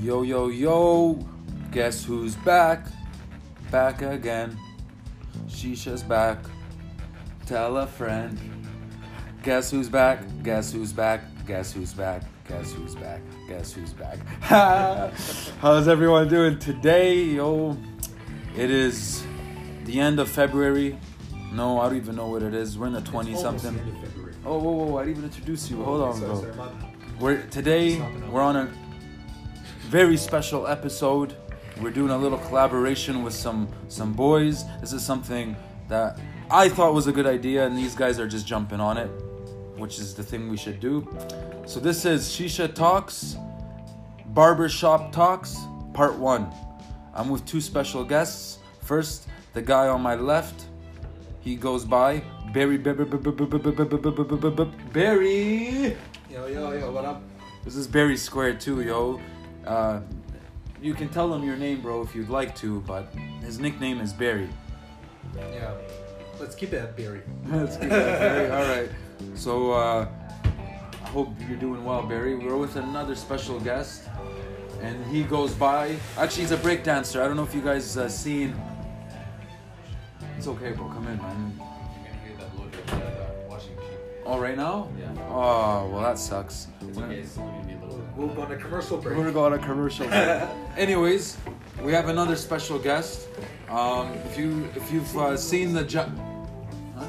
Yo, yo, yo, guess who's back? Back again. Shisha's back. Tell a friend. Guess who's back? Guess who's back? Guess who's back? Guess who's back? Guess who's back? Ha! How's everyone doing today? Yo, it is the end of February. No, I don't even know what it is. We're in the 20 something. Oh, whoa, whoa, I didn't even introduce you. Hold on, bro. We're today we're on a very special episode. We're doing a little collaboration with some some boys. This is something that I thought was a good idea, and these guys are just jumping on it, which is the thing we should do. So this is Shisha Talks, Barbershop Talks, Part One. I'm with two special guests. First, the guy on my left, he goes by Barry Barry Barry. Yo, yo, yo, what up? This is Barry Square too, yo. Uh, you can tell him your name, bro, if you'd like to, but his nickname is Barry. Yeah, let's keep it at Barry. Let's keep that Barry. All right. So uh, I hope you're doing well, Barry. We're with another special guest, and he goes by. Actually, he's a breakdancer. I don't know if you guys uh, seen. It's okay, bro. Come in, man. You can hear that loader uh, washing machine. Oh, right now? Yeah. Oh, well, that sucks. It's okay, it's only me a little bit. We'll go on a commercial break. We're gonna go on a commercial. break. Anyways, we have another special guest. Um, if you if you've uh, seen the ja- huh?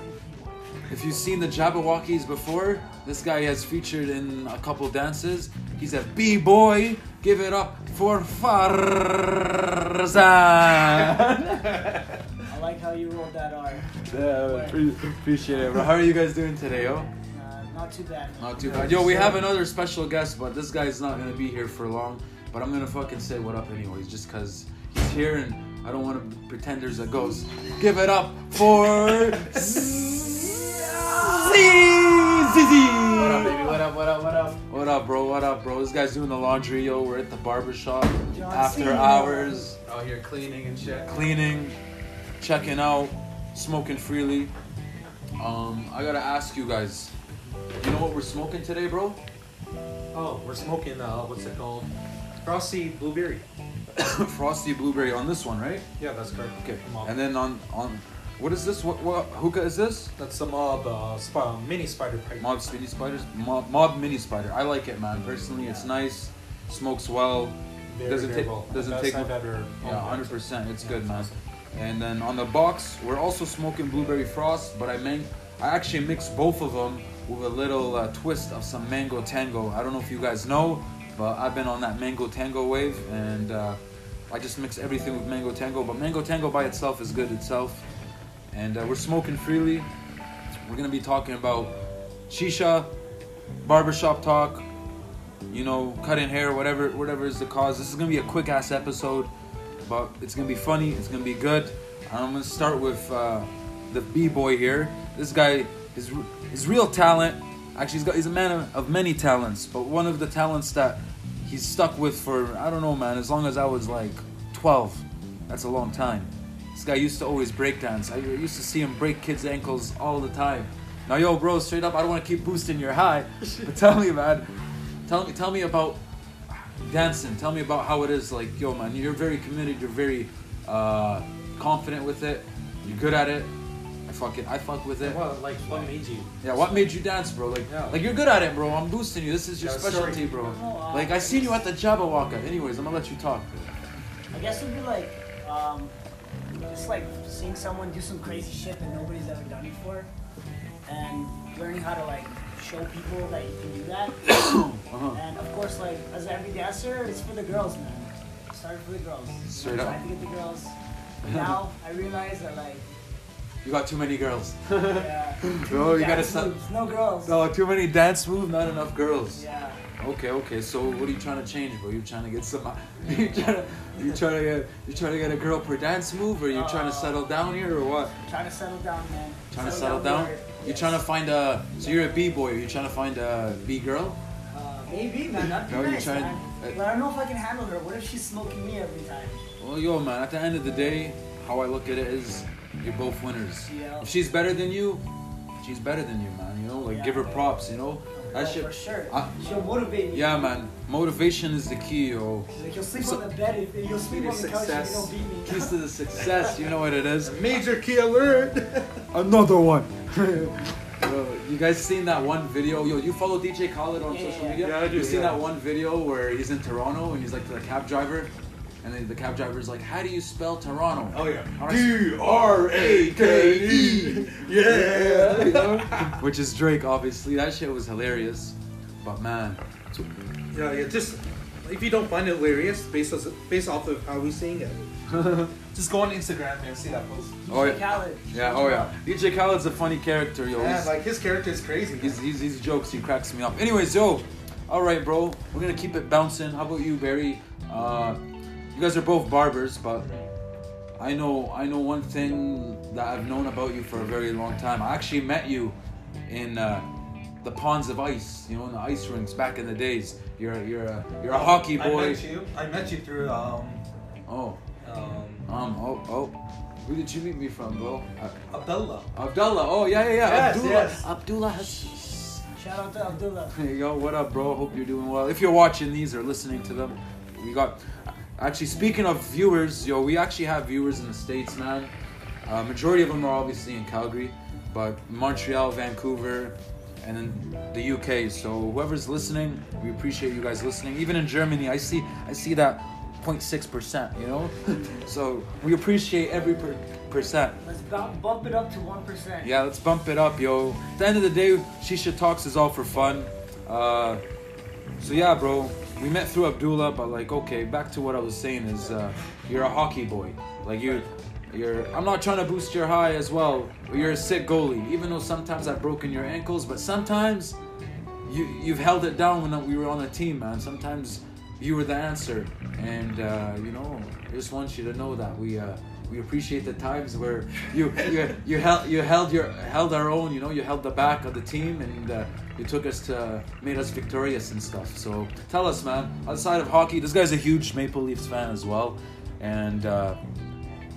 if you've seen the Jabberwockies before, this guy has featured in a couple dances. He's a b boy. Give it up for Farzan. I like how you rolled that R. yeah, pre- appreciate it. Bro. How are you guys doing today, yo? Uh, not too bad. Not too bad. Yo, we have another special guest, but this guy's not gonna be here for long. But I'm gonna fucking say what up anyways, just cause he's here and I don't wanna pretend there's a ghost. Give it up for ZZ! What up, baby? What up, what up, what up? What up, bro? What up, bro? This guy's doing the laundry, yo. We're at the barbershop John after Cena. hours, Out here cleaning and shit. cleaning, checking out, smoking freely. Um, I gotta ask you guys, you know what we're smoking today, bro? Oh, we're smoking, uh, what's it called? Frosty Blueberry. Frosty blueberry on this one, right? Yeah, that's correct. Okay. Come on. And then on on what is this? What what hookah is this? that's the mob, uh, sp- mini spider pipe. Mob mini spiders. Mob, mob mini spider. I like it, man. Personally, it's nice. Smokes well. Very, doesn't very take- well. doesn't Best take I've mu- ever Oh, Yeah, owned. hundred percent. It's good, man. And then on the box, we're also smoking blueberry frost, but I man- I actually mixed both of them with a little uh, twist of some mango tango. I don't know if you guys know, but I've been on that mango tango wave, and uh, I just mix everything with mango tango. But mango tango by itself is good itself, and uh, we're smoking freely. We're gonna be talking about shisha, barbershop talk, you know, cutting hair, whatever, whatever is the cause. This is gonna be a quick ass episode, but it's gonna be funny. It's gonna be good. And I'm gonna start with uh, the b boy here. This guy is his real talent. Actually, he's, got, he's a man of, of many talents, but one of the talents that he's stuck with for I don't know, man. As long as I was like 12, that's a long time. This guy used to always breakdance. I used to see him break kids' ankles all the time. Now, yo, bro, straight up, I don't want to keep boosting your high, but tell me, man, tell me, tell me about dancing. Tell me about how it is. Like, yo, man, you're very committed. You're very uh, confident with it. You're good at it. I fucking, I fuck with it. Well, like, what made you? Yeah, what made you dance, bro? Like, Yeah. like you're good at it, bro. I'm boosting you. This is your Yeah, sorry. specialty, bro. No, uh, Like, I seen you at the Jabberwocker. Anyways, I'm gonna let you talk. I guess it'd be like, um, just like seeing someone do some crazy shit that nobody's ever done before, and learning how to like show people that you can do that. Uh-huh. And of course, like as every dancer, it's for the girls, man. Started for the girls. Straight I up. tried to get the girls. Now I realize that like, You got too many girls. yeah, Bro, you gotta dance stop. moves, No girls. No, too many dance moves, not enough girls. Yeah. Okay, okay. So what are you trying to change, bro? You trying to get some? You trying to? You trying to get? You trying to get a girl per dance move, or you trying to Uh, settle down here, or what? Trying to settle down, man. Trying to settle down? lower. You Yes. trying to find a? So you're a b boy. Are you trying to find a b girl? Uh, maybe, man. That'd be No, you nice, tried- man. uh, but I don't know if I can handle her. What if she's smoking me every time? Well, yo, man. At the end of the day, how I look at it is, you're both winners. Yeah. If she's better than you, she's better than you, man. You know, like give her Yeah. props. You know, That oh, shit- for sure. I- She'll motivate you. Yeah, man. Motivation is the key, yo. She's like, you'll sleep on the bed. If, you'll sleep on the couch if you Success. don't beat me. Keys to the success. You know what it is. Major key alert. Another one. Yo, you guys seen that one video? Yo, you follow DJ Khaled on Yeah, social yeah, media? yeah. Yeah, I do, You seen yeah. that one video where he's in Toronto and he's like to the cab driver, and then the cab driver's like, "How do you spell Toronto?" Oh yeah. How do I spell- D R A K E. You Yeah. know? Which is Drake, obviously. That shit was hilarious. But man, Yeah, yeah. Just if you don't find it hilarious, based off, based off of how we sing it, Just go on Instagram and see that post. Oh, yeah. DJ Khaled. yeah, oh yeah. DJ Khaled's a funny character, yo. yeah, He's- like his character is crazy. He's, he's, he's jokes, he cracks me up. Anyways, yo, all right, bro, we're gonna keep it bouncing. How about you, Barry? Uh, you guys are both barbers, but I know I know one thing that I've known about you for a very long time. I actually met you in uh, the ponds of ice, you know, in the ice rinks back in the days. You're you're a, you're a hockey I boy. met you. I met you through um Oh, um um, oh, oh, who did you meet me from, bro? Uh, Abdullah. Abdullah. Oh yeah, yeah, yeah. Yes, Abdullah. yes. Abdullah. Has- Shout out to Abdullah. Hey, yo, what up, bro? Hope you're doing well. If you're watching these or listening to them, we got. Actually, speaking of viewers, yo, we actually have viewers in the States, man. Uh, majority of them are obviously in Calgary, but Montreal, Vancouver, and then the UK. So whoever's listening, we appreciate you guys listening. Even in Germany, I see I see that 0.6 percent. You know, so we appreciate every per- percent. Let's bump, bump it up to 1%. Yeah, let's bump it up, yo. At the end of the day, Shisha Talks is all for fun. Uh, so yeah, bro, we met through Abdullah, but like, okay, back to what I was saying is, uh, you're a hockey boy. Like you, you're. I'm not trying to boost your high as well. But you're a sick goalie, even though sometimes I've broken your ankles, but sometimes you you've held it down when we were on the team, man. Sometimes you were the answer, and uh, you know, I just want you to know that we uh, we appreciate the times where you you you held you held your held our own. You know, you held the back of the team, and uh, you took us to made us victorious and stuff. So tell us, man. Outside of hockey, this guy's a huge Maple Leafs fan as well, and. Uh,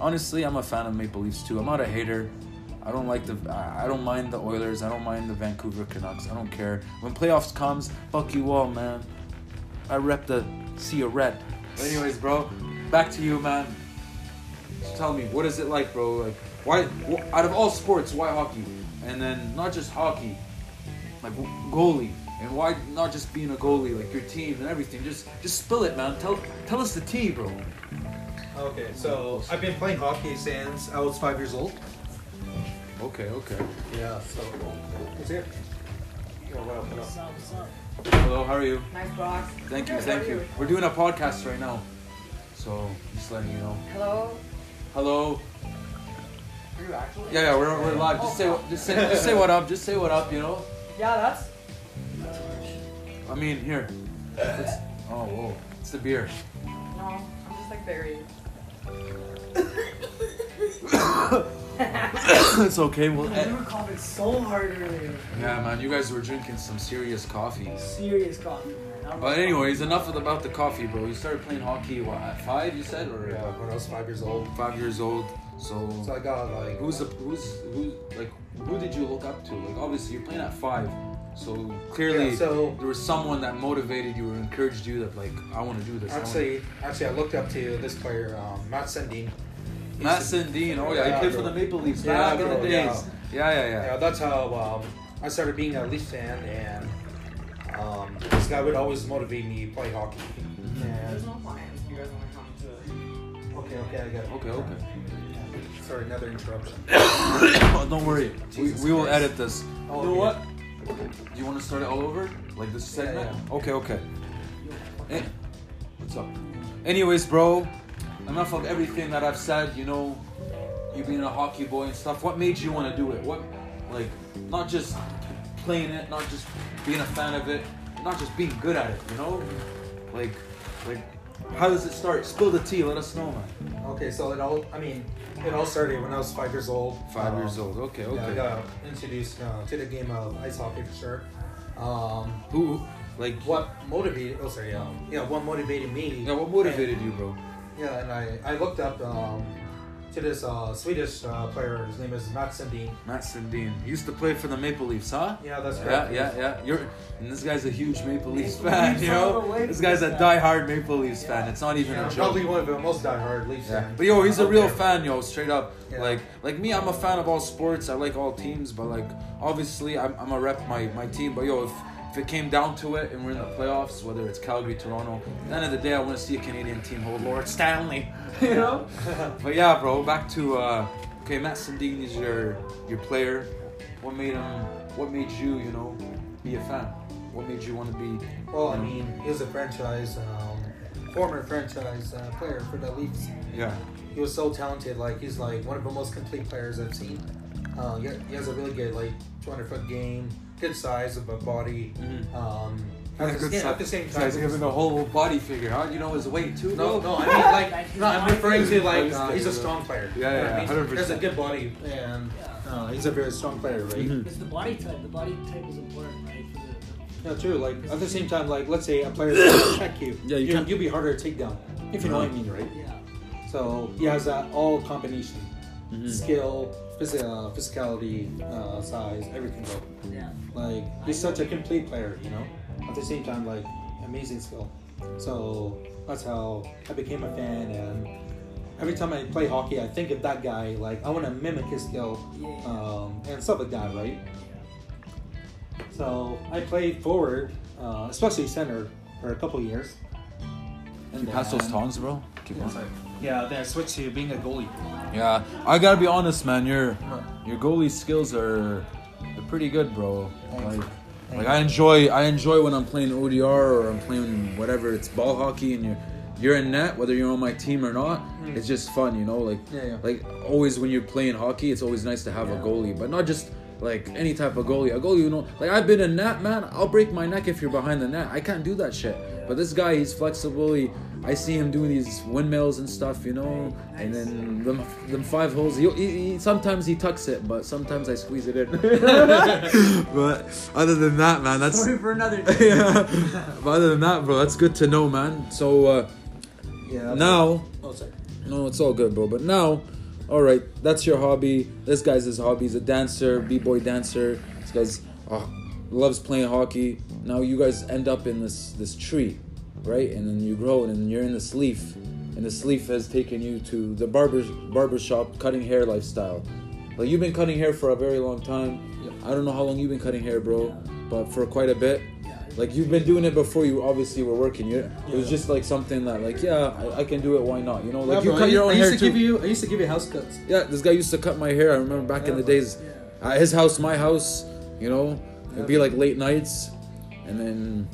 honestly, I'm a fan of Maple Leafs too. I'm not a hater. I don't like the. I I don't mind the Oilers. I don't mind the Vancouver Canucks. I don't care. When playoffs comes, fuck you all, man. I rep the sea of red. But anyways, bro, back to you, man. So tell me, what is it like, bro? Like, why? wh- out of all sports, why hockey? And then not just hockey, like w- goalie. And why not just being a goalie, like your team and everything? Just, just spill it, man. Tell, tell us the tea, bro. Okay, so I've been playing hockey since I was five years old. Okay, okay. Yeah. So who's here? Yeah, what up, what up? What's up, what's up? Hello, how are you? Nice box. Thank you, thank you. We're doing a podcast right now, so just letting you know. Hello. Hello. Are you actually? Yeah, yeah, we're, we're live. Just say just say just say what up. Just say what up. You know. Yeah, that's. I mean, here. It's, oh, whoa! It's the beer. No, I'm just like very. it's okay. We'll. Dude, we Ed- were coughing so hard earlier. yeah, man. You guys were drinking some serious coffee. Serious coughing, man. I don't But know. anyways, enough about the coffee, bro. You started playing hockey what at five? You said or uh, Yeah, when I was five years old. five years old. So. So I got like Who's the who's who like who did you look up to? Like obviously you're playing at five, so clearly Yeah, so- there was someone that motivated you or encouraged you that like I want to do this. I wanna- actually actually I looked up to this player, um, Matt Sundin. Matt Sandin, oh yeah, Yeah, he played bro. for the Maple Leafs Yeah, back in bro, the yeah. days. Yeah, yeah, yeah. Yeah, that's how um, I started being a Leafs fan, and um, this guy would always motivate me to play hockey. There's And no clients. You guys want to come to okay, okay, I got it. Okay, okay. Sorry, another interruption. Oh, Don't worry, we, Jesus we will Christ. edit this. Oh, you know okay. what? You want to start it all over, like this Yeah, segment? Okay, okay. Eh, what's up? Anyways, bro, enough of everything that I've said. You know, you being a hockey boy and stuff. What made you want to do it? What, like, not just playing it, not just being a fan of it, not just being good at it. You know, like, like, how does it start? Spill the tea. Let us know, man. Okay, so it all I mean, it all started when I was five years old. Five Um, years old. Okay, yeah, I okay. got introduced uh, to the game of ice hockey for sure. Um, Who, like, what motivated? Oh, sorry. Um, yeah, what motivated me? yeah, what motivated you, bro? Yeah, and I, I looked up um, to this uh, Swedish uh, player. His name is Matt Sundin. Matt Sundin. He used to play for the Maple Leafs, huh? Yeah, that's Yeah, correct. yeah, yeah. You're and this guy's a huge Maple Leafs Maple fan, Leafs you all the know. way This to guy's a this guy. diehard Maple Leafs fan. It's not even Yeah, a joke. probably one of the most diehard Leafs Yeah. fans. But yo, he's a out real there. fan, yo, straight up. Yeah. Like like me, I'm a fan of all sports. I like all teams, but like obviously I'm I'm a rep my, my team. But yo, if if it came down to it and we're in the playoffs, whether it's Calgary, Toronto, at the end of the day I wanna see a Canadian team hold Lord Stanley. you know? but yeah, bro, back to uh okay, Matt Sundin is your your player. What made him what made you, you know, be a fan? What made you want to be Well, I mean, he was a franchise, um, former franchise uh, player for the Leafs. Yeah. He was so talented. Like he's like one of the most complete players I've seen. Uh, he, he has a really good like 200 foot game, good size of a body. Mhm. Um, at, the, Good same- side. at the same Guys, time, giving a whole body figure, huh? You know his weight too. No, bro? no, I mean like no, I'm referring to like Yeah, uh, he's a strong player. yeah, You know what I yeah, mean? 100%. He has a good body and uh, he's a very strong player, right? Mm-hmm. It's the body type. The body type is important, right? For the, Yeah, true. Like at the same time, like let's say a player is gonna check you, Yeah, you you can't- you'll be harder to take down if you know what I mean, right? yeah. So he has that all combination, Mm-hmm. skill, phys- uh, physicality, uh, size, everything. Bro. Yeah. Like he's such a complete player, you know. At the same time, like amazing skill. So that's how I became a fan, and every time I play hockey, I think of that guy. Like I want to mimic his skill Yeah. um, and stuff like that, right? So I played forward, uh, especially center, for a couple years. And Pass then- those tons, bro. Keep Yeah, on. sorry. Yeah, then I switched to being a goalie. Yeah, I gotta be honest, man. Your your goalie skills are they're pretty good, bro. Like, like I enjoy I enjoy when I'm playing ODR or I'm playing whatever it's ball hockey and you're you're in net whether you're on my team or not. It's just fun, you know. Like Hmm. Yeah, yeah. like always when you're playing hockey, it's always nice to have a goalie, but not just. Like any type of goalie, a goalie, you know, like I've been in net, man. I'll break my neck if you're behind the net. I can't do that shit. But this guy, he's flexible. He, I see him doing these windmills and stuff, you know, and then them, them five holes. He, he, he- sometimes he tucks it, but sometimes I squeeze it in. but other than that, man, that's. Sorry for another. yeah. But other than that, bro, that's good to know, man. So uh, Yeah. now, Oh, sorry. no, it's all good, bro. But now, all right, that's your hobby. This guy's his hobby. He's a dancer, b-boy dancer. This guy's oh, loves playing hockey. Now you guys end up in this this tree, right? And then you grow, and then you're in this leaf, and this leaf has taken you to the barber barbershop cutting hair lifestyle. Like you've been cutting hair for a very long time. I don't know how long you've been cutting hair, bro, but for quite a bit. Like you've been doing it before you obviously were working. You, It was just like something that like yeah I, I can do it. Why not? You know like you cut your own I used hair to too. give you. I used to give you house cuts. yeah, this guy used to cut my hair. I remember back in the Yeah, days, at his house, my house. You know, it'd be like late nights, and then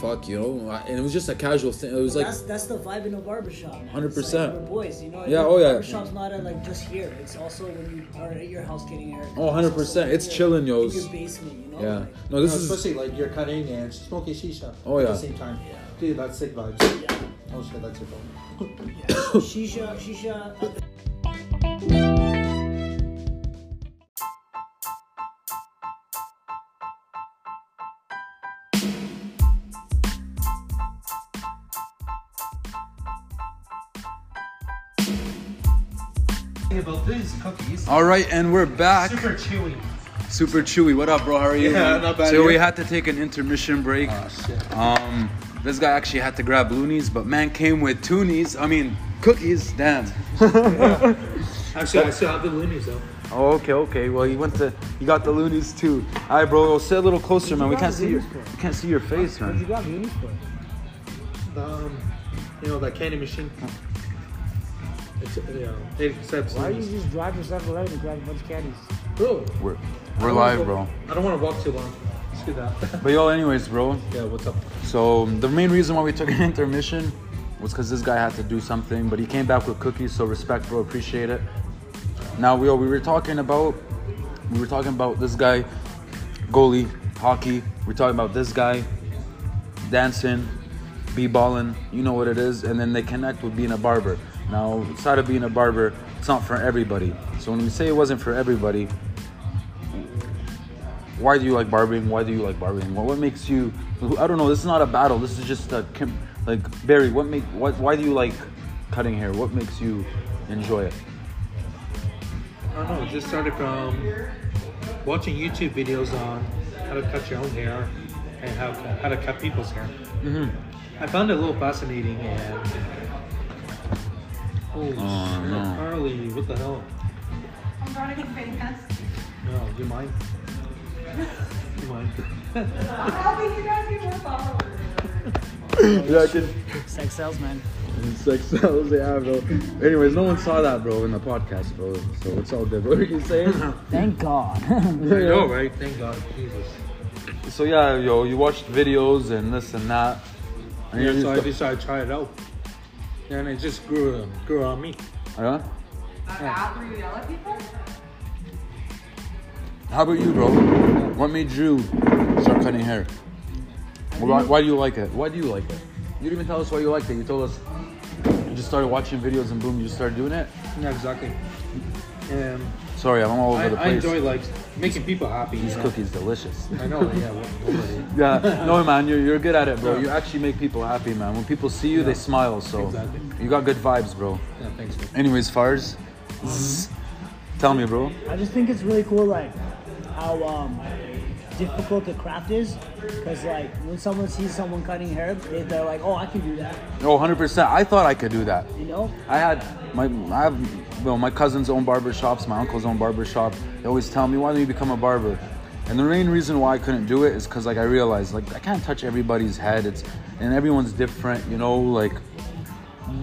fuck you know, I- and it was just a casual thing. It was like that's that's the vibe in a barbershop. man. 100%. It's Like, we're boys, you know. Yeah, oh, yeah. Barbershop's not uh like just here. It's also when you are at your house getting your. Oh, 100%. It's chilling, yo. yo's. Your basement, you know. yeah. Like, No, this No, is especially like you're cutting and smoking shisha. Oh, At yeah. the same time. Yeah. Dude, that's sick vibes. yeah. Oh shit, that's sick vibes. yeah. shisha, shisha. uh, Thing about these cookies. all right, and we're back. Super chewy. Super Chewy, what up, bro? How are you? Yeah, man? not bad, So we you? had to take an intermission break. Oh shit. Um, this guy actually had to grab loonies, but man came with toonies. I mean, cookies. Damn. Actually, I still have the loonies though. Oh, okay, okay. Well, he went to, he got the loonies too. All right, bro. Well, sit a little closer, man. We can't see your, we can't see your face, man. got loonies for. The, um, you know that candy machine. It's, yeah, it accepts. loonies. just drive yourself around and grab a bunch of candies? Bro, We're, we're live, bro. I don't want to walk too long. Screw that. But yo, anyways, bro. yeah, what's up? So um, the main reason why we took an intermission was because this guy had to do something, but he came back with cookies. So respect, bro. Appreciate it. Now we we were talking about we were talking about this guy, goalie, hockey. We're talking about this guy, dancing, be balling. You know what it is. And then they connect with being a barber. Now outside of being a barber, it's not for everybody. So when we say it wasn't for everybody, why do you like barbering? Why do you like barbering? What, what makes you? I don't know. This is not a battle. This is just a com- like Barry. What make? What? Why do you like cutting hair? What makes you enjoy it? don't know. Just started from watching YouTube videos on how to cut your own hair and how how to cut people's hair. Mm-hmm. I found it a little fascinating and. Holy Oh, shit, no. Carly, what the hell? I'm running famous. No, you mind? You mind? I'm helping you guys get more followers. yeah, I can. Sex salesman. Sex sells, yeah, ah, bro. Anyways, no one saw that, bro, in the podcast, bro. So it's all good. What were you saying? Thank God. I know, right? Thank God, Jesus. So yeah, yo, you watched videos and this and that. And Yeah, you so I just- decided to try it out, and it just grew grew on me. Yeah? That app where you yell at people? How about you, bro? What made you start cutting hair? Why, why do you like it? Why do you like it? You didn't even tell us why you liked it. You told us you just started watching videos and boom, you just started doing it. Yeah, exactly. And Sorry, I'm all over I, the I place. enjoy like making people happy. These you know? cookies delicious. I know. Yeah. what- what- Yeah, no man, you're, you're good at it, bro. Yeah. You actually make people happy, man. When people see you, they Yeah. smile. So Exactly. you got good vibes, bro. yeah. Thanks. man. Anyways, Fars, zzz, Mm-hmm. tell me, bro. I just think it's really cool, like how um, difficult the craft is, because like when someone sees someone cutting hair, they, they're like, "Oh, I can do that," Oh, 100%. I thought I could do that. you know. I had my I have well my cousin's own barber shops, my uncle's own barber shop. They always tell me, why don't you become a barber? And the main reason why I couldn't do it is because like I realized like I can't touch everybody's head. It's and everyone's different, you know. Like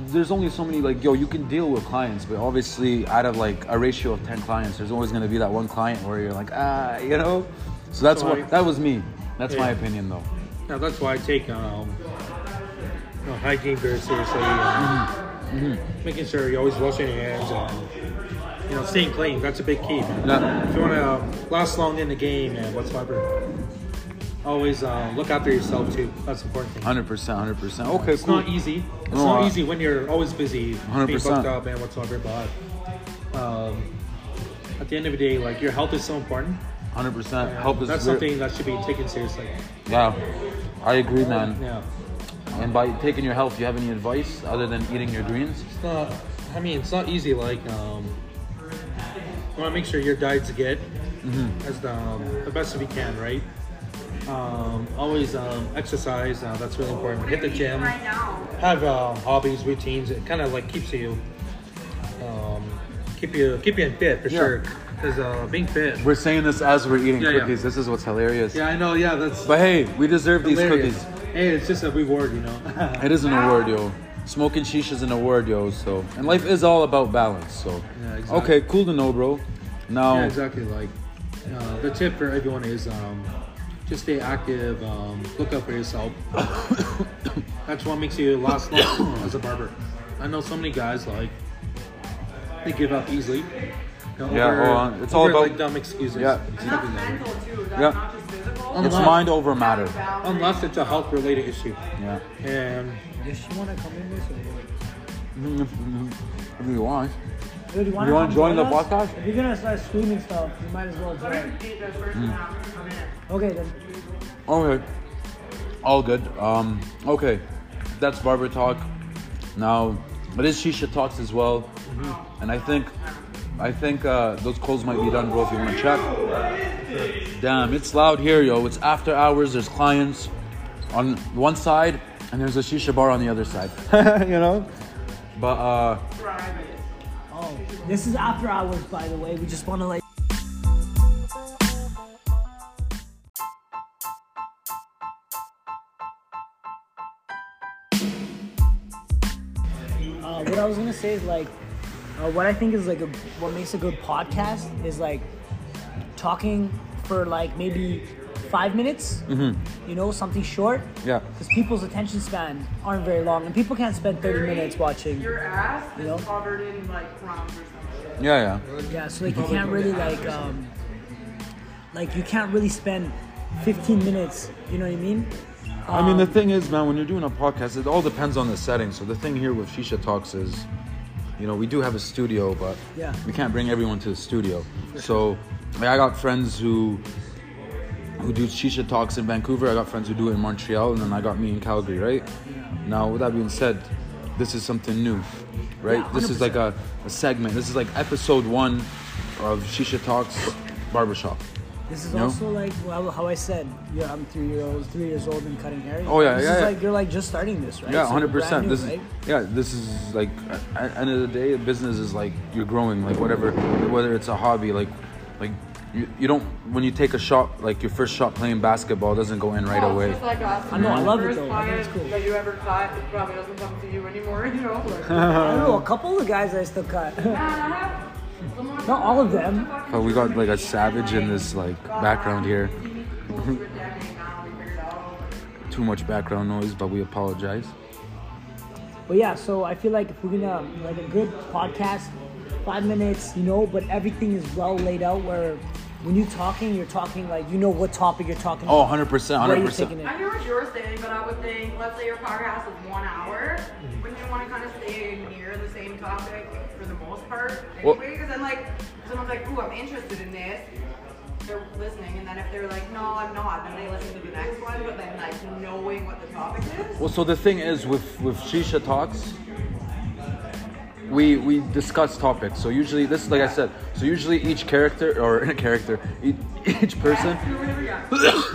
there's only so many like yo you can deal with clients, but obviously out of like a ratio of ten clients, there's always gonna be that one client where you're like ah you know. So that's So I- what that was me. That's my Yeah. opinion though. Now that's why I take um, you know, hygiene very seriously. Um, Mm-hmm. Making sure you're always washing your hands and you know staying clean. That's a big key. man. Yeah. If you want to um, last long in the game and whatsoever, always uh, look after yourself too. That's the important. Thing. Hundred percent, hundred percent. Okay, It's cool. not easy. It's No, not I- easy when you're always busy, being 100%. booked up and whatsoever. But um, at the end of the day, like your health is so important. Hundred percent. and Help is that's real- something that should be taken seriously. Yeah, I agree, man. Yeah. And by taking your health, you have any advice other than eating your greens? It's not. I mean, it's not easy. Like, um, you want to make sure your diet's good, as the, um, the best we can, right? Um, always um, exercise. Uh, that's really important. Hit the gym. Right now. Have uh, hobbies, routines. It kind of like keeps you, um, keep you, keep you in fit for Yeah. sure. Because uh, being fit. We're saying this as we're eating Yeah, yeah. cookies. This is what's hilarious. Yeah, I know. Yeah, that's But hey, we deserve hilarious. these cookies. Hey, it's just a reward, you know. It is an award, yo. Smoking shisha is an award, yo. So, and life is all about balance. So, Yeah, exactly. okay, cool to know, bro. Now, Yeah, exactly. Like uh, the tip for everyone is um, just stay active. Um, look out for yourself. That's what makes you last long as a barber. I know so many guys like they give up easily. You know, Yeah, over- oh, uh, it's all over, about- like dumb excuses. Yeah. And that's mental too. That's Yeah. not just physical. it's unless- mind over matter. Unless it's a health related issue. Yeah. And Does she want to come in this? Or if you want. Yo, do you want You to wanna join the us? podcast? If you're gonna start screaming stuff, you might as well join. Okay then. Okay. All good. Um, okay. That's barber talk. Now, but is shisha talks as well. And I think, I think uh, those calls might be done, bro. If you want to check. Damn, it's loud here, yo. It's after hours. There's clients on one side, and there's a shisha bar on the other side. you know. But uh, Oh, this is after hours, by the way. We just want to like. Uh, what I was gonna say is like, uh, what I think is like a, what makes a good podcast is like talking for like maybe five minutes. You know, something short. yeah, Because people's attention span aren't very long, and people can't spend 30 minutes watching. Your ass You know? is covered in like crumbs or something. yeah, yeah. Yeah, so like you can't really like um like you can't really spend 15 minutes, you know what I mean? I mean, Um, the thing is, man, when you're doing a podcast, it all depends on the setting. So the thing here with Shisha Talks is, you know, we do have a studio, but Yeah. we can't bring everyone to the studio. So like, I got friends who who do Shisha Talks in Vancouver. I got friends who do it in Montreal, and then I got me in Calgary, right? Now, with that being said, this is something new, right? Yeah, this is like a, a segment. This is like episode one of Shisha Talks Barbershop. This is No? also like well, how I said. Yeah, I'm three year old, three years old and cutting hair. Oh, yeah, this yeah, Is yeah. Like you're like just starting this, right? Yeah, So you're hundred percent. brand This new, is right? yeah. This is like at at end of the day, business is like you're growing. Like whatever, whether it's a hobby, like like you, you don't when you take a shot like your first shot playing basketball doesn't go in right Oh, away. Just like us. I know, I love it First though. I think it's client cool. That you ever cut, it probably doesn't come to you anymore. You know. Like, man, I don't know. A couple of guys I still cut. I have. someone- Not all of them. But we got, like, a savage in this, like, background here. Too much background noise, but we apologize. But yeah, so I feel like if we're gonna like a good podcast, five minutes, you know, but everything is well laid out. Where when you're talking, you're talking like you know what topic you're talking. Oh, about, 100 percent, where hundred you're taking percent. it. I hear what you're saying, but I would think, let's say your podcast is one hour, wouldn't you want to kind of stay near the same topic for the most part? Well- Anyway, because then like, someone's like, ooh, I'm interested in this. They're listening, and then if they're like, no, I'm not, then they listen to the next one, but then like knowing what the topic is. Well, so the thing is with with Shisha Talks, we we discuss topics. So usually this, like I said, so usually each character or a character, each, each person Yes, whoever you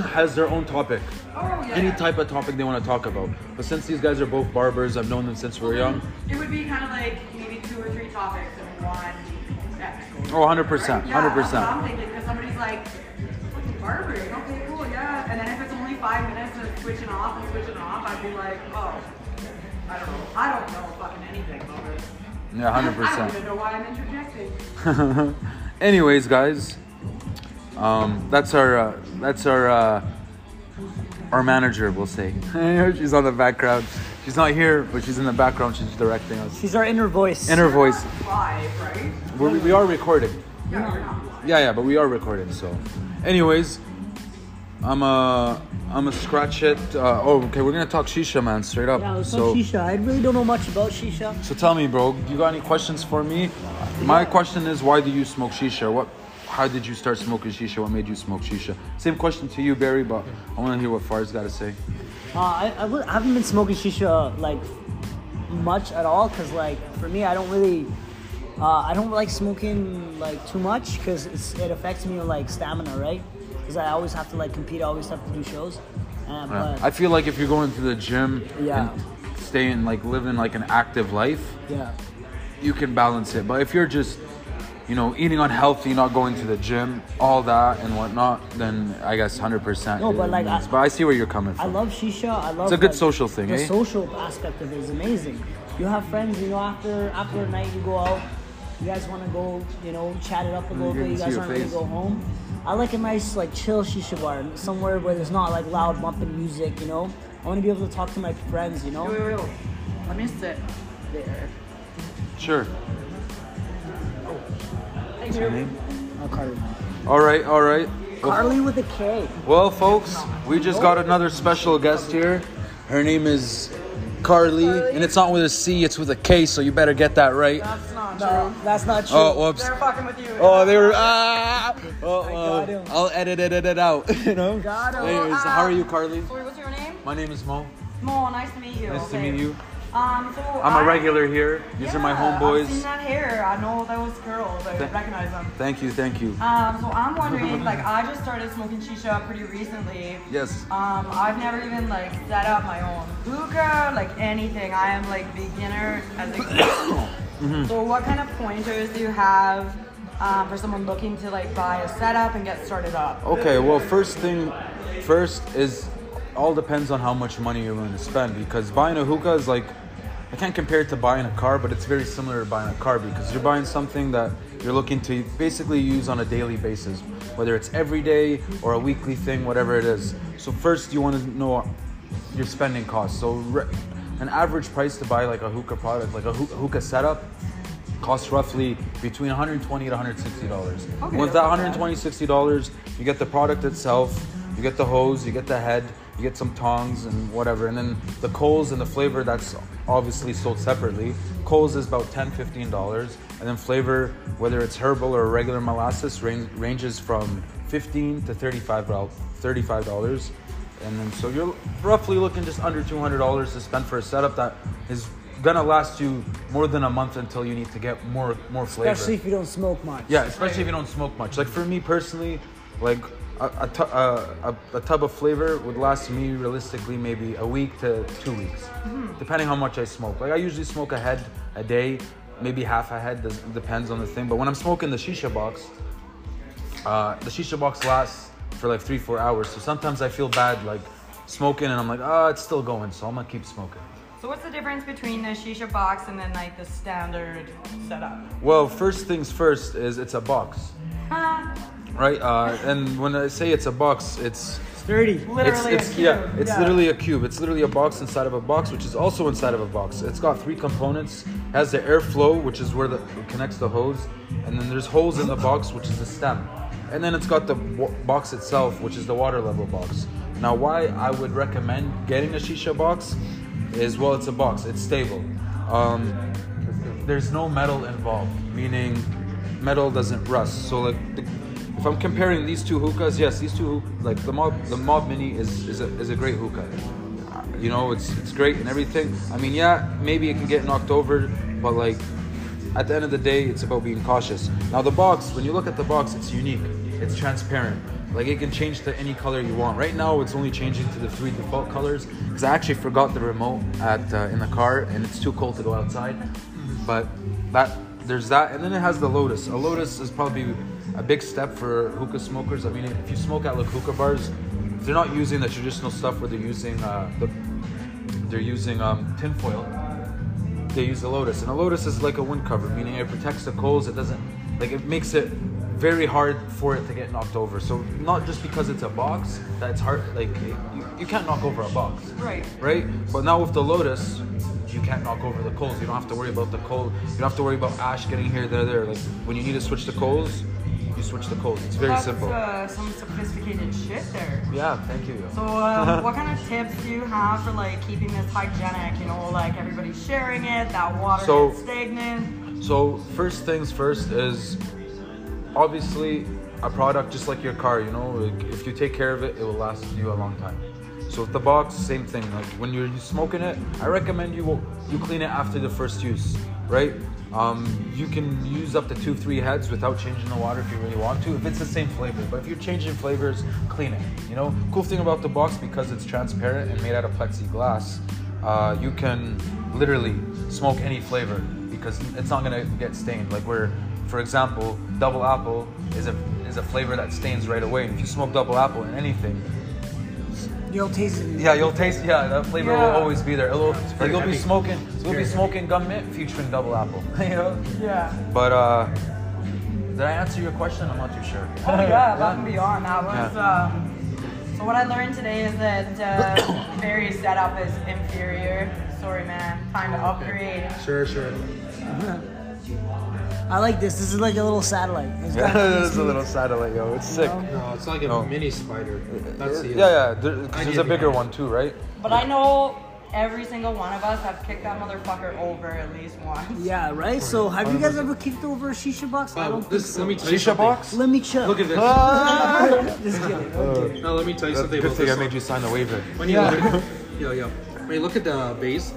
are. has their own topic. Oh, yeah. any type of topic they want to talk about. But since these guys are both barbers, I've known them since we were young. It would be kind of like maybe two or three topics in one episode. Oh, 100%, Yeah, that's what 100%. I'm thinking because somebody's like, fucking barbering. Okay, cool, yeah. And then if it's only five minutes of switching off and switching off, I'd be like, oh, I don't know. I don't know fucking anything about it. Yeah, I don't even 100%. know why I'm interjecting. Anyways, guys, um, that's our uh, that's our uh, our manager, we'll say. she's on the background. She's not here, but she's in the background. She's directing us. She's our inner voice. Inner voice. Live, right? We're, we are recording. Yeah, we're not. Yeah, yeah, but we are recording. So, anyways, I'm a I'm a scratch it. Uh, oh, okay. We're gonna talk shisha, man, straight up. yeah, it's so not shisha. I really don't know much about shisha. So tell me, bro, you got any questions for me? My question is, why do you smoke shisha? What, how did you start smoking shisha? What made you smoke shisha? Same question to you, Barry, but I want to hear what Far's got to say. Uh, I, I, w- I haven't been smoking shisha like much at all because like for me I don't really uh, I don't like smoking like too much because it affects me like stamina right because I always have to like compete I always have to do shows and, Yeah. but, I feel like if you're going to the gym Yeah. and staying like living like an active life, yeah you can balance it. But if you're just, you know, eating unhealthy, not going to the gym, all that and whatnot, then I guess 100%. No, but, it like, I- is. but I see where you're coming I from. love shisha I love It's a good like, social thing, the eh? social aspect of it is amazing you have friends you know after after a night you go out you guys want to go you know chat it up a little you bit can you see guys your aren't gonna face. go home. I like a nice, like, chill shisha bar, somewhere where there's not like loud bumping music, you know. I want to be able to talk to my friends, you know. Wait, wait, wait. Let me sit there. Sure. Thank you. Oh, Carly. All right, all right. Carly with a K. Well, folks, we just got another special guest here. Her name is Carly, and it's not with a C, it's with a K, so you better get that right. That's not No, true. that's not true. Oh, whoops. They're fucking with you. Oh, they were. Ah! Oh, got oh. him. I'll edit it, it out, you know? Got him. Anyways, how are you, Carly? Sorry, uh, what's your name? My name is Mo. Mo, nice to meet you. Nice to Okay. meet you. Um, so I'm I- a regular here. These are my Yeah, I've seen homeboys. that hair. I know those girls. I Th- recognize them. Thank you, thank you. Um, so I'm wondering, like, I just started smoking shisha pretty recently. Yes. Um, I've never even like set up my own hookah, like anything. I am like beginner as a. Mm-hmm. So what kind of pointers do you have um, for someone looking to like buy a setup and get started up? Okay, well, first thing first is all depends on how much money you're willing to spend because buying a hookah is like I can't compare it to buying a car, but it's very similar to buying a car because you're buying something that you're looking to basically use on a daily basis, whether it's every day or a weekly thing, whatever it is. So first you want to know your spending costs. So re- an average price to buy like a hookah product, like a hoo- hookah setup, costs roughly between 120 to 160 dollars. Okay, With that that's not 120 60 dollars, you get the product itself, you get the hose, you get the head, you get some tongs and whatever, and then the coals and the flavor that's obviously sold separately. Coals is about 10 15 dollars, and then flavor, whether it's herbal or regular molasses, ran- ranges from 15 to 35 dollars. 35 dollars. And then so you're roughly looking just under $200 to spend for a setup that is gonna last you more than a month until you need to get more more flavor. Especially if you don't smoke much. yeah, especially if you don't smoke much. Like for me personally, like a, a, tu- a, a, a tub of flavor would last me realistically maybe a week to two weeks, depending how much I smoke. Like I usually smoke a head a day, maybe half a head. Does, depends on the thing. But when I'm smoking the shisha box, uh, the shisha box lasts for like three, four hours. So sometimes I feel bad like smoking, and I'm like, ah, it's still going, so I'm gonna keep smoking. So what's the difference between the shisha box and then like the standard setup? Well, first things first is it's a box, Huh? right? Uh, and when I say it's a box, it's Sturdy. it's, Literally a it's cube, yeah, it's yeah. literally a cube. It's literally a box inside of a box, which is also inside of a box. It's got three components. It has the airflow, which is where the it connects the hose, and then there's holes in the box, which is the stem, and then it's got the w- box itself, which is the water level box. Now, why I would recommend getting a shisha box is well, it's a box. It's stable. Um, there's no metal involved, meaning metal doesn't rust. So like, the, if I'm comparing these two hookahs, yes, these two hook- like the mob the mob mini is is a, is a great hookah. You know, it's it's great and everything. I mean, yeah, maybe it can get knocked over, but like at the end of the day, it's about being cautious. Now the box, when you look at the box, it's unique. It's transparent. Like it can change to any color you want. Right now, it's only changing to the three default colors. Cause I actually forgot the remote at uh, in the car, and it's too cold to go outside but that there's that and then it has the lotus a lotus is probably a big step for hookah smokers i mean if you smoke at like hookah bars they're not using the traditional stuff where they're using uh, the they're using um, tinfoil they use a lotus and a lotus is like a wind cover meaning it protects the coals it doesn't like it makes it very hard for it to get knocked over so not just because it's a box that's hard like it, you, you can't knock over a box Right. right? But now with the Lotus, you can't knock over the coals. You don't have to worry about the coal. You don't have to worry about ash getting here, there, there. Like when you need to switch the coals, you switch the coals. It's very That's, simple. Uh, some sophisticated shit there. Yeah, thank you. So, uh, what kind of tips do you have for like keeping this hygienic? You know, like everybody's sharing it, that water So- gets stagnant. So first things first is obviously a product just like your car. You know, like, if you take care of it, it will last you a long time. So with the box, same thing. Like when you're smoking it, I recommend you you clean it after the first use, right? Um, you can use up to two, three heads without changing the water if you really want to. If it's the same flavor, but if you're changing flavors, clean it. You know, cool thing about the box because it's transparent and made out of plexiglass, uh, you can literally smoke any flavor because it's not gonna get stained. Like where, for example, double apple is a is a flavor that stains right away. And if you smoke double apple in anything, You'll taste it. yeah, you'll taste yeah that flavor Yeah. will always be there. It'll, like, very you'll be heavy. smoking you'll be very smoking gum mint featuring double apple. you know. Yeah. But uh, did I answer your question? I'm not too sure. Oh yeah, above and beyond. That was. Um, so what I learned today is that uh, Barry's setup is inferior. Sorry, man. Time to upgrade. Sure, sure. I like this. This is like a little satellite. It's got it's a little satellite, yo. It's sick. No, it's like a No. mini spider. That's the Yeah, yeah. There, 'cause I there's get a bigger it. one too, right? But I know every single one of us have kicked that motherfucker over at least once. Yeah, right? So have you guys ever kicked over a shisha box? I Wow, don't think Uh, this, so. let me tell you Shisha something. box. Ah. Let me check. Look at this. Just kidding. Okay. no, let me tell you That's something good about thing I this. made you sign the waiver. When you look, yo, yo, when you look at the base,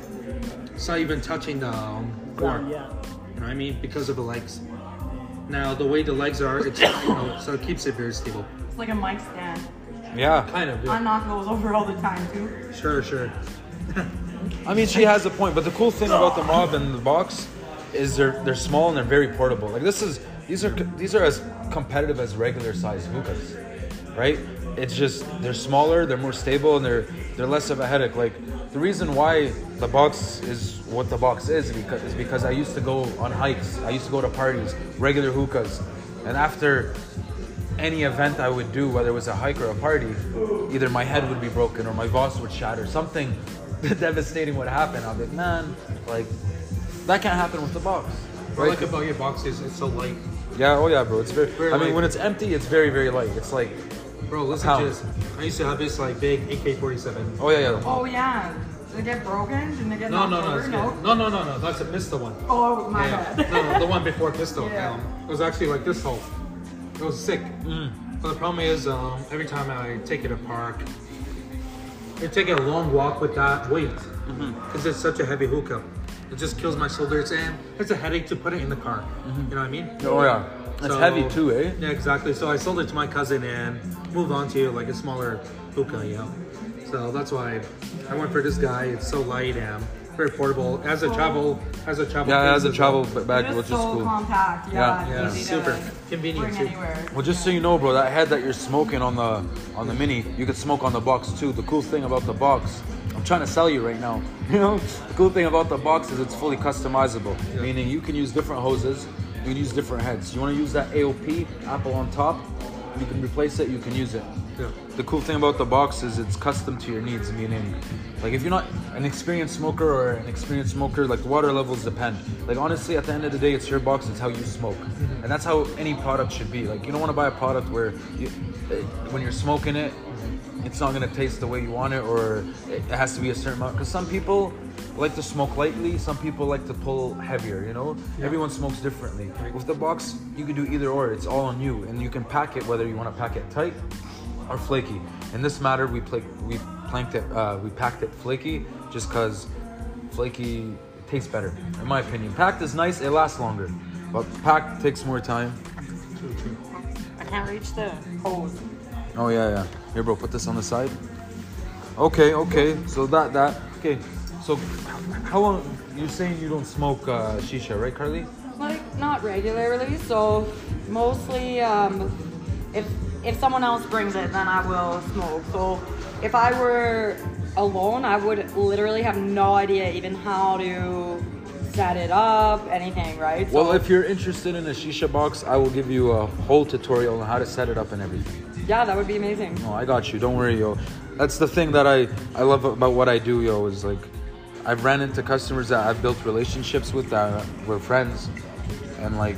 it's not even touching the um, Wow, floor. yeah. You know what I mean? Because of the legs. Now the way the legs are, it's you know, so it keeps it very stable. It's like a mic stand. Yeah. Kind of. I Yeah. knock those over all the time too. Sure, sure. I mean, she has a point. But the cool thing about the mob and the box is they're they're small and they're very portable. Like this is these are these are as competitive as regular size hookahs, right? It's just they're smaller, they're more stable, and they're they're less of a headache. Like the reason why the box is what the box is because is because I used to go on hikes, I used to go to parties, regular hookahs, and after any event I would do, whether it was a hike or a party, either my head would be broken or my vase would shatter. Something devastating would happen. I'd be like, man, like that can't happen with the box. What I like about your box is it's so light. Yeah, oh yeah, bro. It's very. Very I mean, light. when it's empty, it's very, very light. It's like, Bro, listen How? to this. I used to have this like big AK-47. oh yeah, yeah. Oh yeah. Did it get broken? Did it get No, knocked no, no, over? it's good. No, no, no, no. That's a pistol one. Oh my Yeah, bad. no, no, the one before pistol. Yeah. Um, it was actually like this whole. It was sick. Mm. But the problem is, um, every time I take it to park, Mm-hmm. I take a long walk with that weight because it's such a heavy hookah. It just kills my shoulders, and it's a headache to put it in the car. You know what I mean? Oh, yeah. It's heavy too, eh? Yeah, exactly. So I sold it to my cousin and moved on to like a smaller hookah, you know. So that's why I went for this guy. It's so light and very portable. As a travel, as a travel. Yeah, case as a well. travel b- bag, It which was is so cool. compact. Yeah. Yeah, Yeah, easy to, super like, convenient Bring too. anywhere. Well, just so you know, bro, that head that you're smoking on the on the mini, you could smoke on the box too. The cool thing about the box, I'm trying to sell you right now. You know, the cool thing about the box is it's fully customizable, meaning you can use different hoses, you can use different heads. You want to use that AOP apple on top, you can replace it, you can use it. Yeah. The cool thing about the box is it's custom to your needs, meaning, like, if you're not an experienced smoker or an experienced smoker, like, water levels depend. Like, honestly, at the end of the day, it's your box, it's how you smoke. And that's how any product should be. Like, you don't want to buy a product where, you, eh, when you're smoking it, it's not going to taste the way you want it, or it it has to be a certain amount. Because some people like to smoke lightly, some people like to pull heavier, you know? Everyone smokes differently. With the box, you can do either or, it's all on you. And you can pack it whether you want to pack it tight are flaky. In this matter, we pla- we planked it, uh, we packed it flaky, just cause flaky tastes better, in my opinion. Packed is nice; it lasts longer, but packed takes more time. I can't reach the hose. Oh yeah, yeah. Here, bro, put this on the side. Okay, okay. So that that okay. So h- how long? You're saying you don't smoke uh, shisha, right, Carly? Like not regularly, so mostly um, if if someone else brings it, then I will smoke. So if I were alone, I would literally have no idea even how to set it up, anything, right? So, Well, if you're interested in a shisha box, I will give you a whole tutorial on how to set it up and everything. yeah, that would be amazing. Oh, No, I got you. Don't worry, yo. That's the thing that I I love about what I do, yo. Is like I've ran into customers that I've built relationships with that we're friends, and like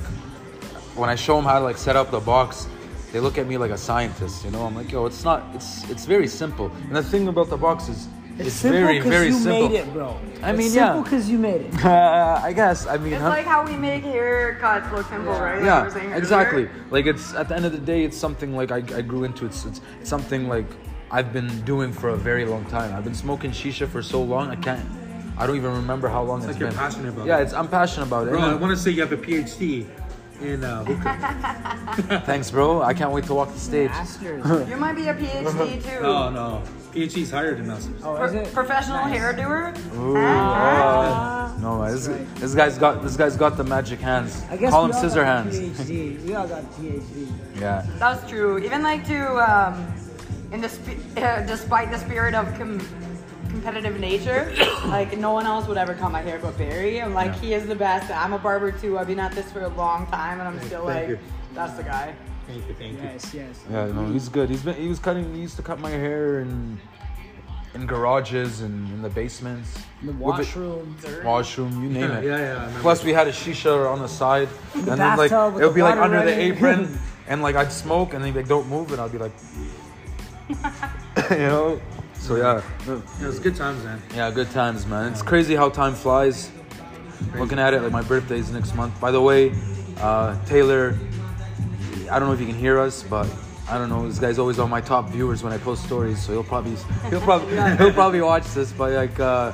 when I show them how to like set up the box, they look at me like a scientist. You know, I'm like, yo, it's not. It's it's very simple. And the thing about the box is it's, It's, simple very very you simple. made it, bro. I mean, it's yeah. simple because you made it. Uh, I guess. I mean, It's huh? like how we make haircuts look simple, right? Like we were saying yeah earlier. exactly like it's at the end of the day it's something like I, I grew into it's, it's something like i've been doing for a very long time i've been smoking shisha for so long i can't i don't even remember how long it's like been you're passionate about yeah it. it's i'm passionate about it Bro, And I then- want to say you have a PhD in uh, hookah. thanks bro i can't wait to walk the stage Masters. You might be a PhD too. no, Oh, no. PhD is higher than masters. Oh, Pro- is it? professional Ah, hair doer? Uh, no man, this, this guy's got this guy's got the magic hands I guess call we him all scissor got hands PhD. We all got PhD. yeah That's true. Even like to, um, in the sp- uh, despite the spirit of com- competitive nature, like no one else would ever cut my hair but Barry. And like he is the best. I'm a barber too. I've been at this for a long time, and I'm still thank like, you. that's the guy. Thank you, thank you. Yes, yes. Yeah, no, he's good. He's been he was cutting he used to cut my hair in in garages and in the basements. The With washroom. Washroom, you name Yeah, it. yeah, yeah, I remember. Plus we had a shisha on the side. and then like bathtub with it would the be like water under the running. apron and like I'd smoke and they'd be like don't move and I'd be like you know? So yeah. no, It was good times, man. Yeah, good times man. It's crazy how time flies. Looking at it like my birthday's next month. By the way, uh, Taylor I don't know if you can hear us, but I don't know. This guy's always on my top viewers when I post stories, so he'll probably he'll probably he'll probably watch this. But like, uh,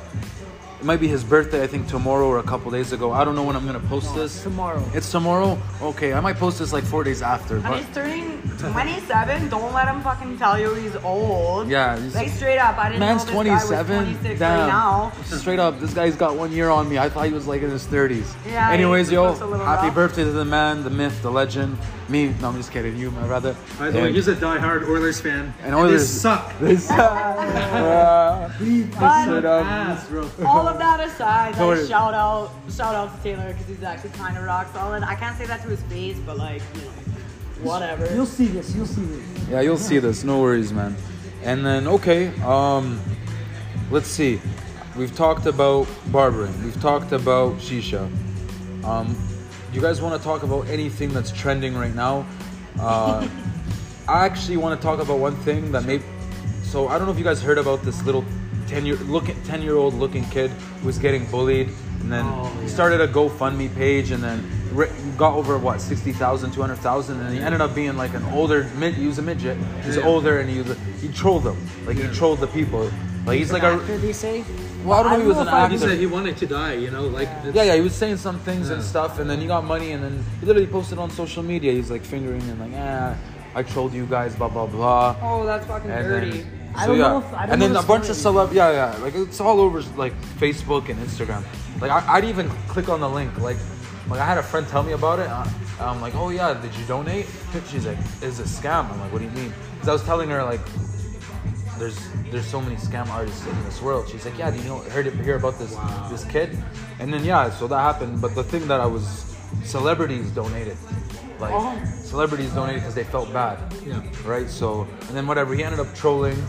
it might be his birthday. I think tomorrow or a couple days ago. I don't know when I'm gonna post this. Tomorrow. It's tomorrow. Okay, I might post this like four days after. And But he's turning 27. Don't let him fucking tell you he's old. yeah, he's- Like straight up, I didn't man's know this guy was 27. 26 right Damn. now. Straight up, this guy's got one year on me. I thought he was like in his 30s. Yeah, he Anyways, yo, looks a little happy rough. birthday to the man, the myth, the legend. Me? No, I'm just kidding. You, my brother. By the way, And- he's a diehard Oilers fan. And Oilers Oilers- suck. This. Yeah. But- Straight up. Ass, bro. all of that aside, Don't like, worry. shout out, shout out to Taylor because he's actually kind of rock solid. I can't say that to his face, but like, you know, whatever. You'll see this. You'll see this. Yeah, you'll see this. No worries, man. And then okay, um, let's see. We've talked about barbering. We've talked about shisha. Um, you guys want to talk about anything that's trending right now? Uh, I actually want to talk about one thing that may. So I don't know if you guys heard about this little ten year look ten year old looking kid who was getting bullied, and then Oh, yeah. started a GoFundMe page, and then ri- got over what 60,000, 200,000, and he ended up being like an older mid. He was a midget. He's Yeah. older, and he was a, he trolled them. Like Yeah. he trolled the people. Like he's like a After they say, Well, I don't know. if he was an I don't know actor. He said he wanted to die, you know, like it's- Yeah, yeah, he was saying some things and Yeah. stuff, and then he got money, and then he literally posted on social media. He's like fingering and like, ah, I trolled you guys, blah blah blah. Oh, that's fucking And dirty. then, I so don't yeah, know if- I don't and know then a the bunch of story. celeb, yeah, yeah, like it's all over like Facebook and Instagram. Like I, I'd even click on the link. Like, like I had a friend tell me about it. I, I'm like, oh yeah, did you donate? She's like, it's a scam. I'm like, what do you mean? Because I was telling her like, there's there's so many scam artists in this world. She's like, yeah, do you know heard it, hear about this this kid? And then yeah, so that happened. But the thing that I was, celebrities donated, like celebrities donated because they felt bad, Yeah. right? So and then whatever he ended up trolling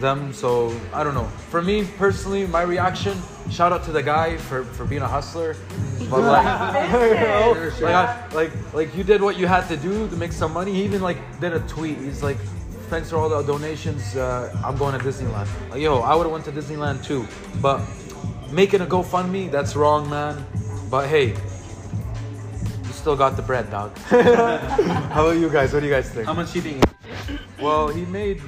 them. So I don't know. For me personally, my reaction. Shout out to the guy for, for being a hustler, but like, you know, Sure, like, I, like like you did what you had to do to make some money. He even like did a tweet. He's like, thanks for all the donations. Uh, I'm going to Disneyland. Like, yo, I would have went to Disneyland too, but making a GoFundMe that's wrong, man. But hey, you still got the bread, dog. How about you guys? What do you guys think? Um, How much you think? Well, he made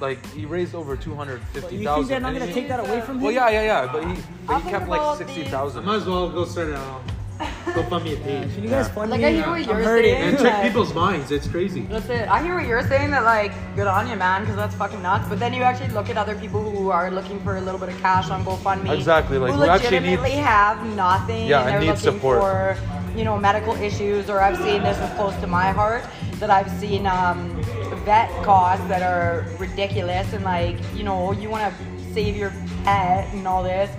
like he raised over two hundred You fifty think they're thousand. not gonna take that away from him? Well, yeah, yeah, yeah, but he but I'll he think kept about like these- sixty I thousand. might as well go start out. Go fund me a page. Can you guys fund Like, me? I hear what I'm you're hurting. saying. And check Yeah. people's minds. It's crazy. That's it. I hear what you're saying that like good on you, man, because that's fucking nuts. But then you actually look at other people who are looking for a little bit of cash on GoFundMe. Exactly, like, who who actually legitimately needs- have nothing. Yeah, and and they're need looking support. for you know medical issues. Or I've seen this is close to my heart that I've seen um, vet costs that are ridiculous and like you know you want to save your pet and all this.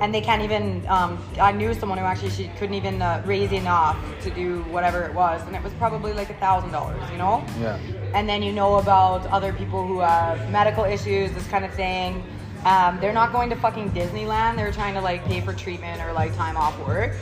And they can't even. Um, I knew someone who actually she couldn't even uh, raise enough to do whatever it was, and it was probably like a thousand dollars, you know Yeah. and then you know about other people who have medical issues, this kind of thing. Um, they're not going to fucking Disneyland. They're trying to like pay for treatment or like time off work.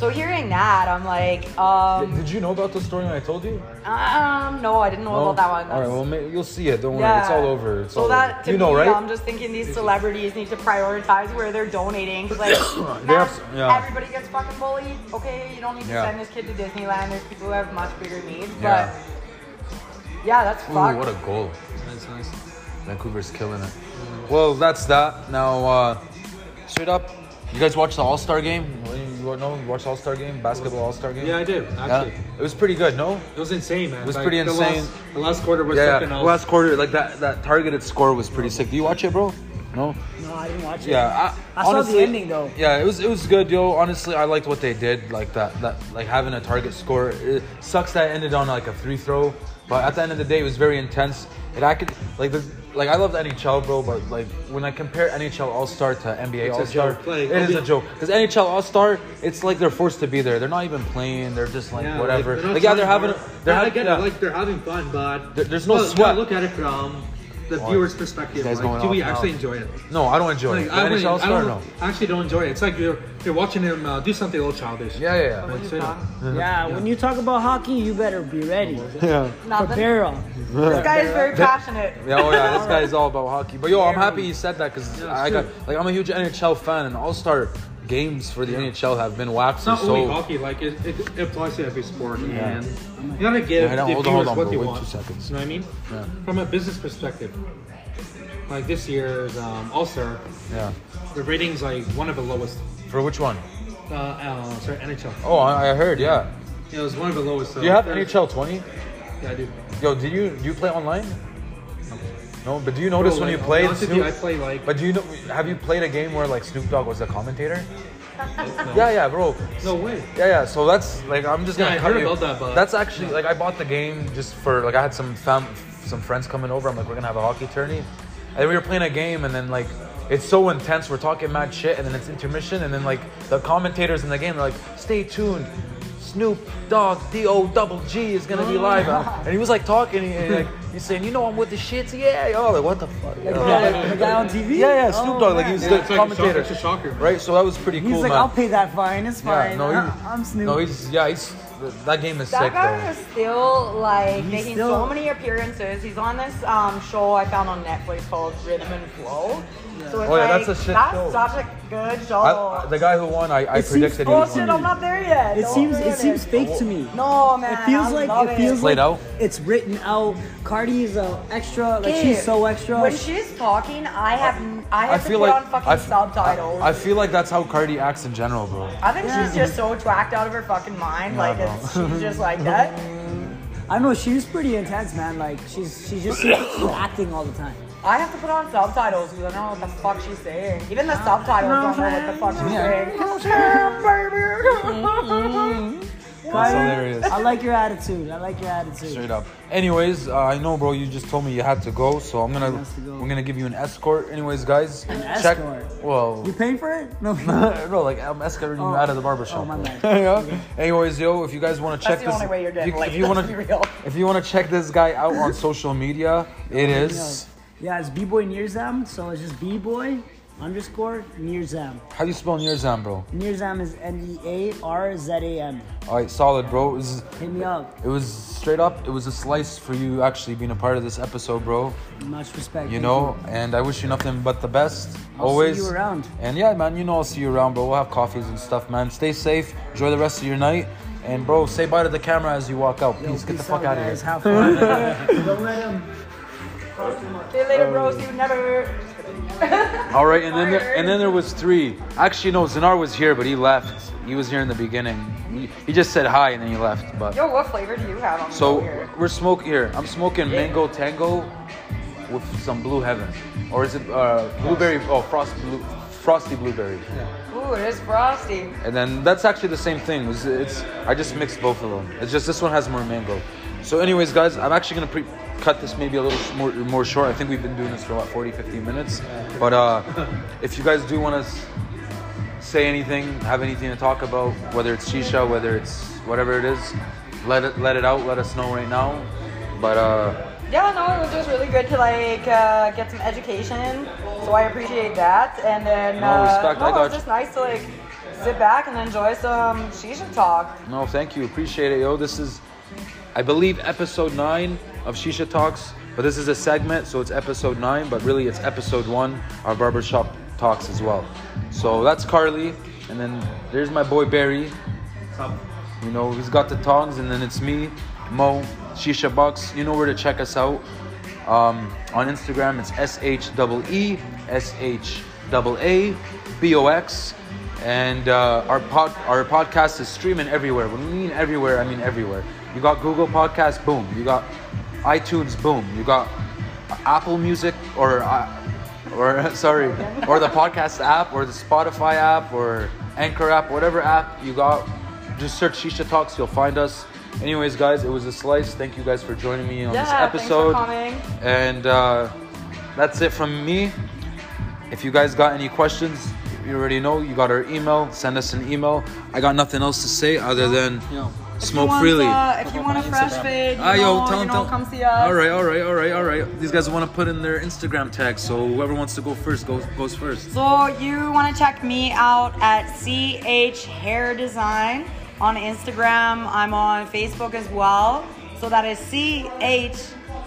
So hearing that, I'm like, Did- um, Did you know about the story when I told you? um no, I didn't know about that one. Oh, All right, That's- well, ma- you'll see it. Don't worry, yeah. it's all over. It's so all that um, over. to you know, me, right? I'm just thinking these celebrities need to prioritize where they're donating. 'Cause, Like, They man, have s- yeah. everybody gets fucking bullied. Okay, you don't need to Yeah. send this kid to Disneyland. There's people who have much bigger needs. Yeah. But yeah, that's fucked. Ooh, what a goal! That's nice. Vancouver's killing it. Mm. Well, that's that. Now, uh, straight up, you guys watched the All Star game? You, you know, you watched All Star game, basketball All Star game. Yeah, I did Yeah? actually. It was pretty good, no? It was insane, man. It was pretty the insane. Last, the last quarter was Yeah, something yeah. else. Last quarter, like that, that targeted score was pretty sick. Do you watch it, bro? No. No, I didn't watch it. Yeah, I, I saw the honestly, ending, though. Yeah, it was it was good, yo. Honestly, I liked what they did, like that that like having a target score. It sucks that it ended on like a free throw, but at the end of the day, it was very intense. It I could like the like I loved NHL, bro, but like when I compare NHL All Star to NBA It's a All Star, joke. Like, it is it'll a be- joke. Because NHL All Star, it's like they're forced to be there. They're not even playing. They're just like Yeah, whatever. Like, Like, not yeah, they're trying having. hard. They're Yeah, I having. get Yeah. it. Like they're having fun, but There- there's no Well, sweat. Look at it from the Oh, viewer's this perspective. guy's Like, going do we off now. actually enjoy it? no, I don't enjoy Like, it. The I, NHL wouldn't- All I Star, don't no. I actually don't enjoy it. It's like you're you're watching him uh, do something a little childish. Yeah, yeah, yeah. Like, straight up. Yeah, when you talk about hockey, you better be ready. Nothing. Prepare 'em. This guy is very passionate. Yeah, oh yeah, this guy's all about hockey. But yo, I'm happy he said that because Yeah, I sure. got like I'm a huge NHL fan, and All Star games for the NHL have been It's waxed. not so only hockey. Like it, it, it applies to every sport, and you gotta give Yeah, I know. the Hold on, viewers hold on, what bro. they Wait want. two seconds. You know what I mean? Yeah. From a business perspective, like this year's um, All Star, yeah, the ratings like one of the lowest. for which one? Uh, uh, sorry, NHL. Oh, I, I heard. Yeah, It was one of the lowest. So do you have there's- NHL 20? Yeah, I do. Yo, do you do you play online? No, but do you notice Bro, when you Oh, like, play? I'll be honest with you, I play, like- But do you know? Have you played a game where like Snoop Dogg was the commentator? Yeah, yeah, bro. No way. Yeah, yeah. So that's like I'm just gonna. Yeah, I cut heard you. about that, but- that's actually like I bought the game just for like I had some fam, some friends coming over. I'm like, we're gonna have a hockey tourney, and we were playing a game, and then like it's so intense. We're talking mad shit, and then it's intermission, and then like the commentators in the game are like, stay tuned. Snoop Dogg, D O double G is gonna be live, and he was like talking, and, he, like he's saying, you know, I'm with the shits, yeah, yo, like what the fuck, Like yo. the guy, the guy on TV? yeah, yeah, Snoop Oh, Dogg, like man. he was Yeah, the it's like a shocker- commentator, it's a shocker, man. right? So that was pretty He's cool, like, man. I'll pay that fine. It's fine. no, he- I, am Snoop. No, he's yeah, he's that game is That sick guy though. is still like He's making still- so many appearances. He's on this um, show I found on Netflix called Rhythm and Flow, So it's Oh, yeah, like, that's a shit that's show. such a good show. I, the guy who won, I, I It seems predicted he was Bullshit, winning. I'm not there yet. It Don't seems ruin it seems fake to me. No, man. It feels I like love it feels Played like out? it's written out. Cardi is a extra, like Dude, she's so extra. When she's talking, I have n- I have to put on fucking I f- subtitles. I I, feel like that's how Cardi acts in general, bro. think she's just so twacked out of her fucking mind. like bro. it's, she's just like that. I know she's pretty intense, man. Like she's she's just she's acting all the time. I have to put on subtitles because I don't know what the fuck she's saying. Even the subtitles don't know what the fuck she's saying. That's Cardi, hilarious. I like your attitude. I like your attitude. Straight up. Anyways, uh, I know, bro. You just told me you had to go, so I'm gonna has to go. I'm gonna give you an escort. Anyways, guys, an escort? Well, You paying for it? No. no, like I'm escorting you Oh. out of the barbershop. Oh, my bro. bad. yeah. Anyways, yo, if you guys want to check That's the this, only way you're if getting you, laid, if you let's want be real. if you want to check this guy out on social media, it is. Oh, Yeah, it's b-boy Nearzam, so it's just b-boy underscore Nearzam. How do you spell Nearzam, bro? Nearzam is E N-E-A-R-Z-A-M. All right, solid, bro. It was, Hit me up. it was straight up. It was a slice for you actually being a part of this episode, bro. Much respect. You Thank know, and I wish you nothing but the best. I'll see always. you around. And yeah, man, you know I'll see you around, bro. We'll have coffees and stuff, man. Stay safe. Enjoy the rest of your night. And bro, say bye to the camera as you walk out. Yo, Please get the peace fuck out of here. guys. Have fun. See you later, bro. See you never. All right, and then there, and then there was three. Actually, no, Zinar was here, but he left. He was here in the beginning. He, he just said hi and then he left. But Yo, what flavor do you have on so here? we're smoking here. I'm smoking mango tango with some blue heaven, or is it uh, blueberry? Oh, frost blue, frosty blueberry. Ooh, it is frosty. And then that's actually the same thing. It's, it's I just mixed both of them. It's just this one has more mango. So, anyways, guys, I'm actually gonna pre- cut this maybe a little sh- more, more short. I think we've been doing this for about 40, 50 minutes. But uh, if you guys do want to s- say anything, have anything to talk about, whether it's shisha, whether it's whatever it is, let it let it out. Let us know right now. But uh, Yeah, no, it was just really good to like uh, get some education. So I appreciate that. And then No, uh, respect, no, I got it was you. just nice to like sit back and enjoy some shisha talk. no, thank you, appreciate it, yo. This is, I believe, episode nine of Shisha Talks. But this is a segment, so it's episode nine, but really it's episode one of Barbershop Talks as well. So that's Carly, and then there's my boy Barry. You know, he's got the tongs, and then it's me, Mo, Shisha Box. You know where to check us out. Um, on Instagram, it's S H E S H A B O X. And uh, our pod, our podcast is streaming everywhere. When we mean everywhere, I mean everywhere. You got Google Podcasts, boom. You got iTunes, boom. You got Apple Music, or uh, or sorry, or the podcast app, or the Spotify app, or Anchor app, whatever app you got, just search Shisha Talks. You'll find us. Anyways, guys, it was a slice. Thank you guys for joining me on this Yeah, thanks for episode. coming. And uh, that's it from me. If you guys got any questions, you already know. You got our email. Send us an email. I got nothing else to say other than smoke freely. uh, if you want a fresh fade, you Ah, yo, know, tell you them, know, tell come see us. All right, all right, all right, all right. These guys want to put in their Instagram tag, so whoever wants to go first goes goes first. So you want to check me out at CH Hair Design on Instagram. I'm on Facebook as well. So that is CH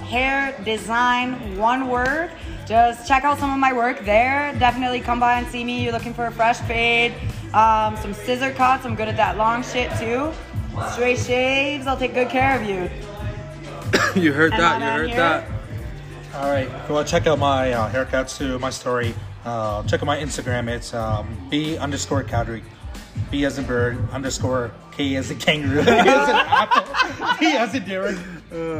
Hair Design, one word. Just check out some of my work there. Definitely come by and see me. You're looking for a fresh fade, um, some scissor cuts. I'm good at that long shit too. Straight shaves. I'll take good care of you. you heard And that? I'm You out heard here. that? All right. If you want to check out my uh, haircuts too, my story, uh, check out my Instagram. It's um, B underscore Kadri. B as in bird, underscore K as a kangaroo, A as an apple, D as a deer,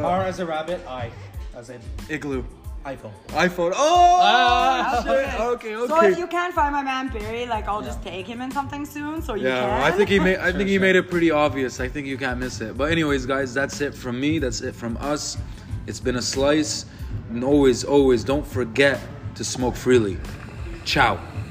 R as a rabbit, I as an Igloo. iPhone. iPhone. Oh. Ah! Okay. Okay. Okay. So if you can't find my man Barry, like I'll just take him in something soon. So you yeah, can. I think he made. I think he made it pretty obvious. I think you can't miss it. But anyways, guys, that's it from me. That's it from us. It's been a slice, and always, always, don't forget to smoke freely. Ciao.